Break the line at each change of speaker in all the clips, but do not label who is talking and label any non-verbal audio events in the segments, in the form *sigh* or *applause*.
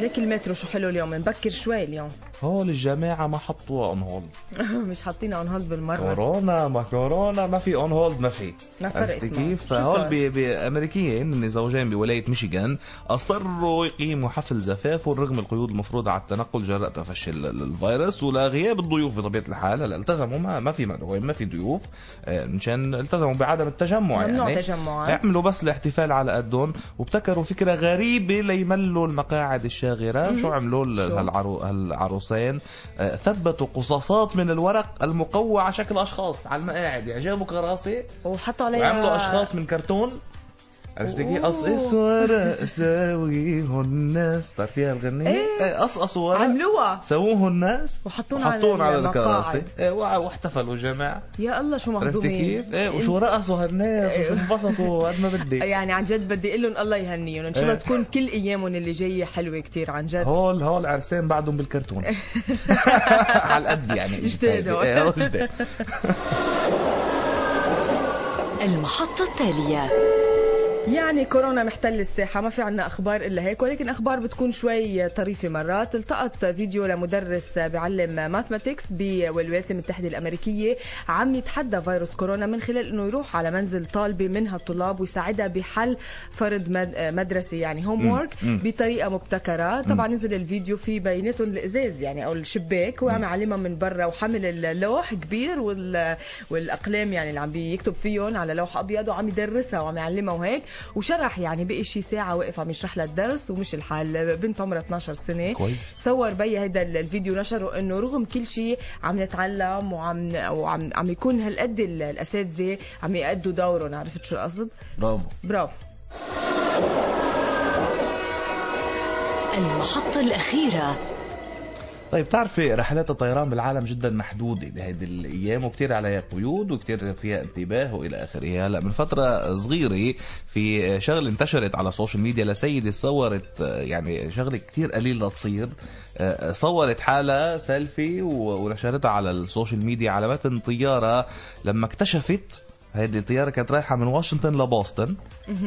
ليك المترو شو حلو اليوم مبكر شوي اليوم *laughs*
هول الجماعة ما حطوها اون هولد
مش حاطين اون هولد بالمره
كورونا ما كورونا ما في اون هولد ما في
طيب. ما فرقت
عرفتي
معه.
كيف
شو صار؟
فهول بي- بأمريكيين من زوجين بولاية ميشيغان أصروا يقيموا حفل زفافهم رغم القيود المفروضة على التنقل جراء تفشي ال- ال- الفيروس ولا غياب الضيوف بطبيعة الحال هلا التزموا ما, ما في مدعوين ما في ضيوف آه، مشان التزموا بعدم التجمع
ممنوع
يعني
تجمعات
عملوا بس الاحتفال على قدهم وابتكروا فكره غريبه ليملوا المقاعد الشاغره شو عملوا ال-
شو؟
هالعرو... هالعروسين آه، ثبتوا قصاصات من الورق المقوى على شكل اشخاص على المقاعد يعني جابوا كراسي
وحطوا عليها
وعملوا اشخاص من كرتون عرفت كيف؟
أوه.
قصقصوا ورق ساويهن الناس بتعرف فيها الغنية؟
إيه.
إيه، قصقصوا ورق
عملوها
سووهن الناس
وحطونا على
وحطوهم على
المقاعد.
الكراسي إيه، وع- واحتفلوا جماعة
يا الله شو
عرفت كيف؟
مهضومين إيه.
ايه وشو رقصوا هالناس وشو انبسطوا قد ما بدك
يعني عن جد بدي اقول لهم الله يهنيهم ان شاء الله
إيه.
تكون كل ايامهم اللي جايه حلوه كتير عن جد
هول هول عرسان
*laughs*
بعدهم بالكرتون على قد يعني
جداد هول.
إيه، هول جداد
*laughs*
المحطة التالية
يعني كورونا محتل الساحة ما في عنا أخبار إلا هيك ولكن أخبار بتكون شوي طريفة مرات التقط فيديو لمدرس بعلم ماثماتيكس بالولايات المتحدة الأمريكية عم يتحدى فيروس كورونا من خلال أنه يروح على منزل طالبة منها الطلاب ويساعدها بحل فرض مد- مدرسي يعني هوم وورك بطريقة مبتكرة طبعا نزل الفيديو في بيناتهم الإزاز يعني أو الشباك وعم يعلمها من برا وحمل اللوح كبير وال... والأقلام يعني اللي عم بيكتب فيهم على لوح أبيض وعم يدرسها وعم يعلمها وهيك وشرح يعني بقي شي ساعة واقف عم يشرح لها الدرس ومش الحال بنت عمرها 12 سنة
كويس.
صور بي هيدا الفيديو نشره انه رغم كل شيء عم نتعلم وعم وعم عم يكون هالقد ال- الاساتذه عم يأدوا دورهم عرفت شو القصد؟
برافو
برافو
المحطة الأخيرة
طيب بتعرفي رحلات الطيران بالعالم جدا محدودة بهيدي الأيام وكتير عليها قيود وكتير فيها انتباه وإلى آخره هلا من فترة صغيرة في شغلة انتشرت على السوشيال ميديا لسيدة صورت آه، يعني شغلة كتير قليلة تصير آه، صورت حالها سيلفي و- ونشرتها على السوشيال ميديا على متن طيارة لما اكتشفت هيدي الطيارة كانت رايحة من واشنطن لبوسطن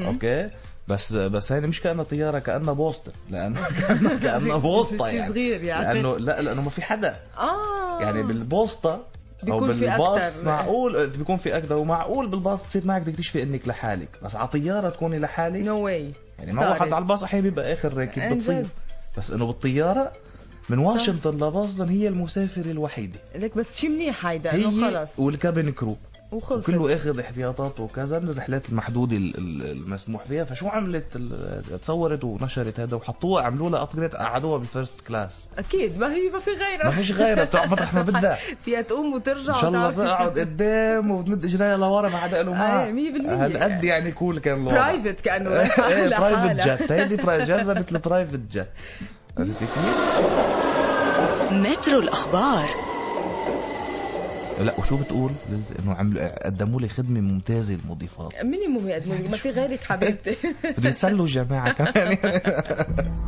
اوكي بس بس هيدي مش كأنها طيارة كأنها بوسطن لأنه *laughs* كأنها كأنها بوسطة
*laughs* شي
يعني
صغير يعني.
لأنه انه لا لانه ما في حدا
اه
يعني بالبوسطه او
بيكون في
بالباص
أكتر. إيه.
معقول بيكون في اكثر ومعقول بالباص تصير معك بدك تشفي انك لحالك بس على طياره تكوني لحالك
نو واي
يعني ما واحد على الباص احيانا بيبقى اخر
عن
راكب
إيه، جد.
بتصير بس انه بالطياره من واشنطن لبوسطن هي المسافره الوحيده
لك بس شي منيح هيدا انه
هي
خلص
والكابن كرو
وخلص
كله اخذ احتياطاته وكذا من الرحلات المحدوده ال- ال- المسموح فيها فشو عملت ال- تصورت ونشرت هذا وحطوها عملوا لها ابجريد قعدوها بالفيرست كلاس
اكيد ما هي ما في غيرها
ما فيش غيرها بتقعد مطرح ما بدها
*laughs* فيها تقوم وترجع
ان شاء الله
وتعرف- *laughs*
بقعد قدام وبتمد اجريها لورا ما حدا له ما
آه، مية بالمية.
هالقد يعني كول كان الوضع *laughs*
برايفت كانه رايحة *laughs*
ايه
لحالها.
برايفت جت هيدي برا- جربت البرايفت جت عرفتي كيف؟
مترو الأخبار
لا وشو بتقول؟ انه عملوا قدموا لي خدمه ممتازه المضيفات *laughs*
مينيموم يقدموا لك ما في غيرك حبيبتي
بدهم يتسلوا الجماعه كمان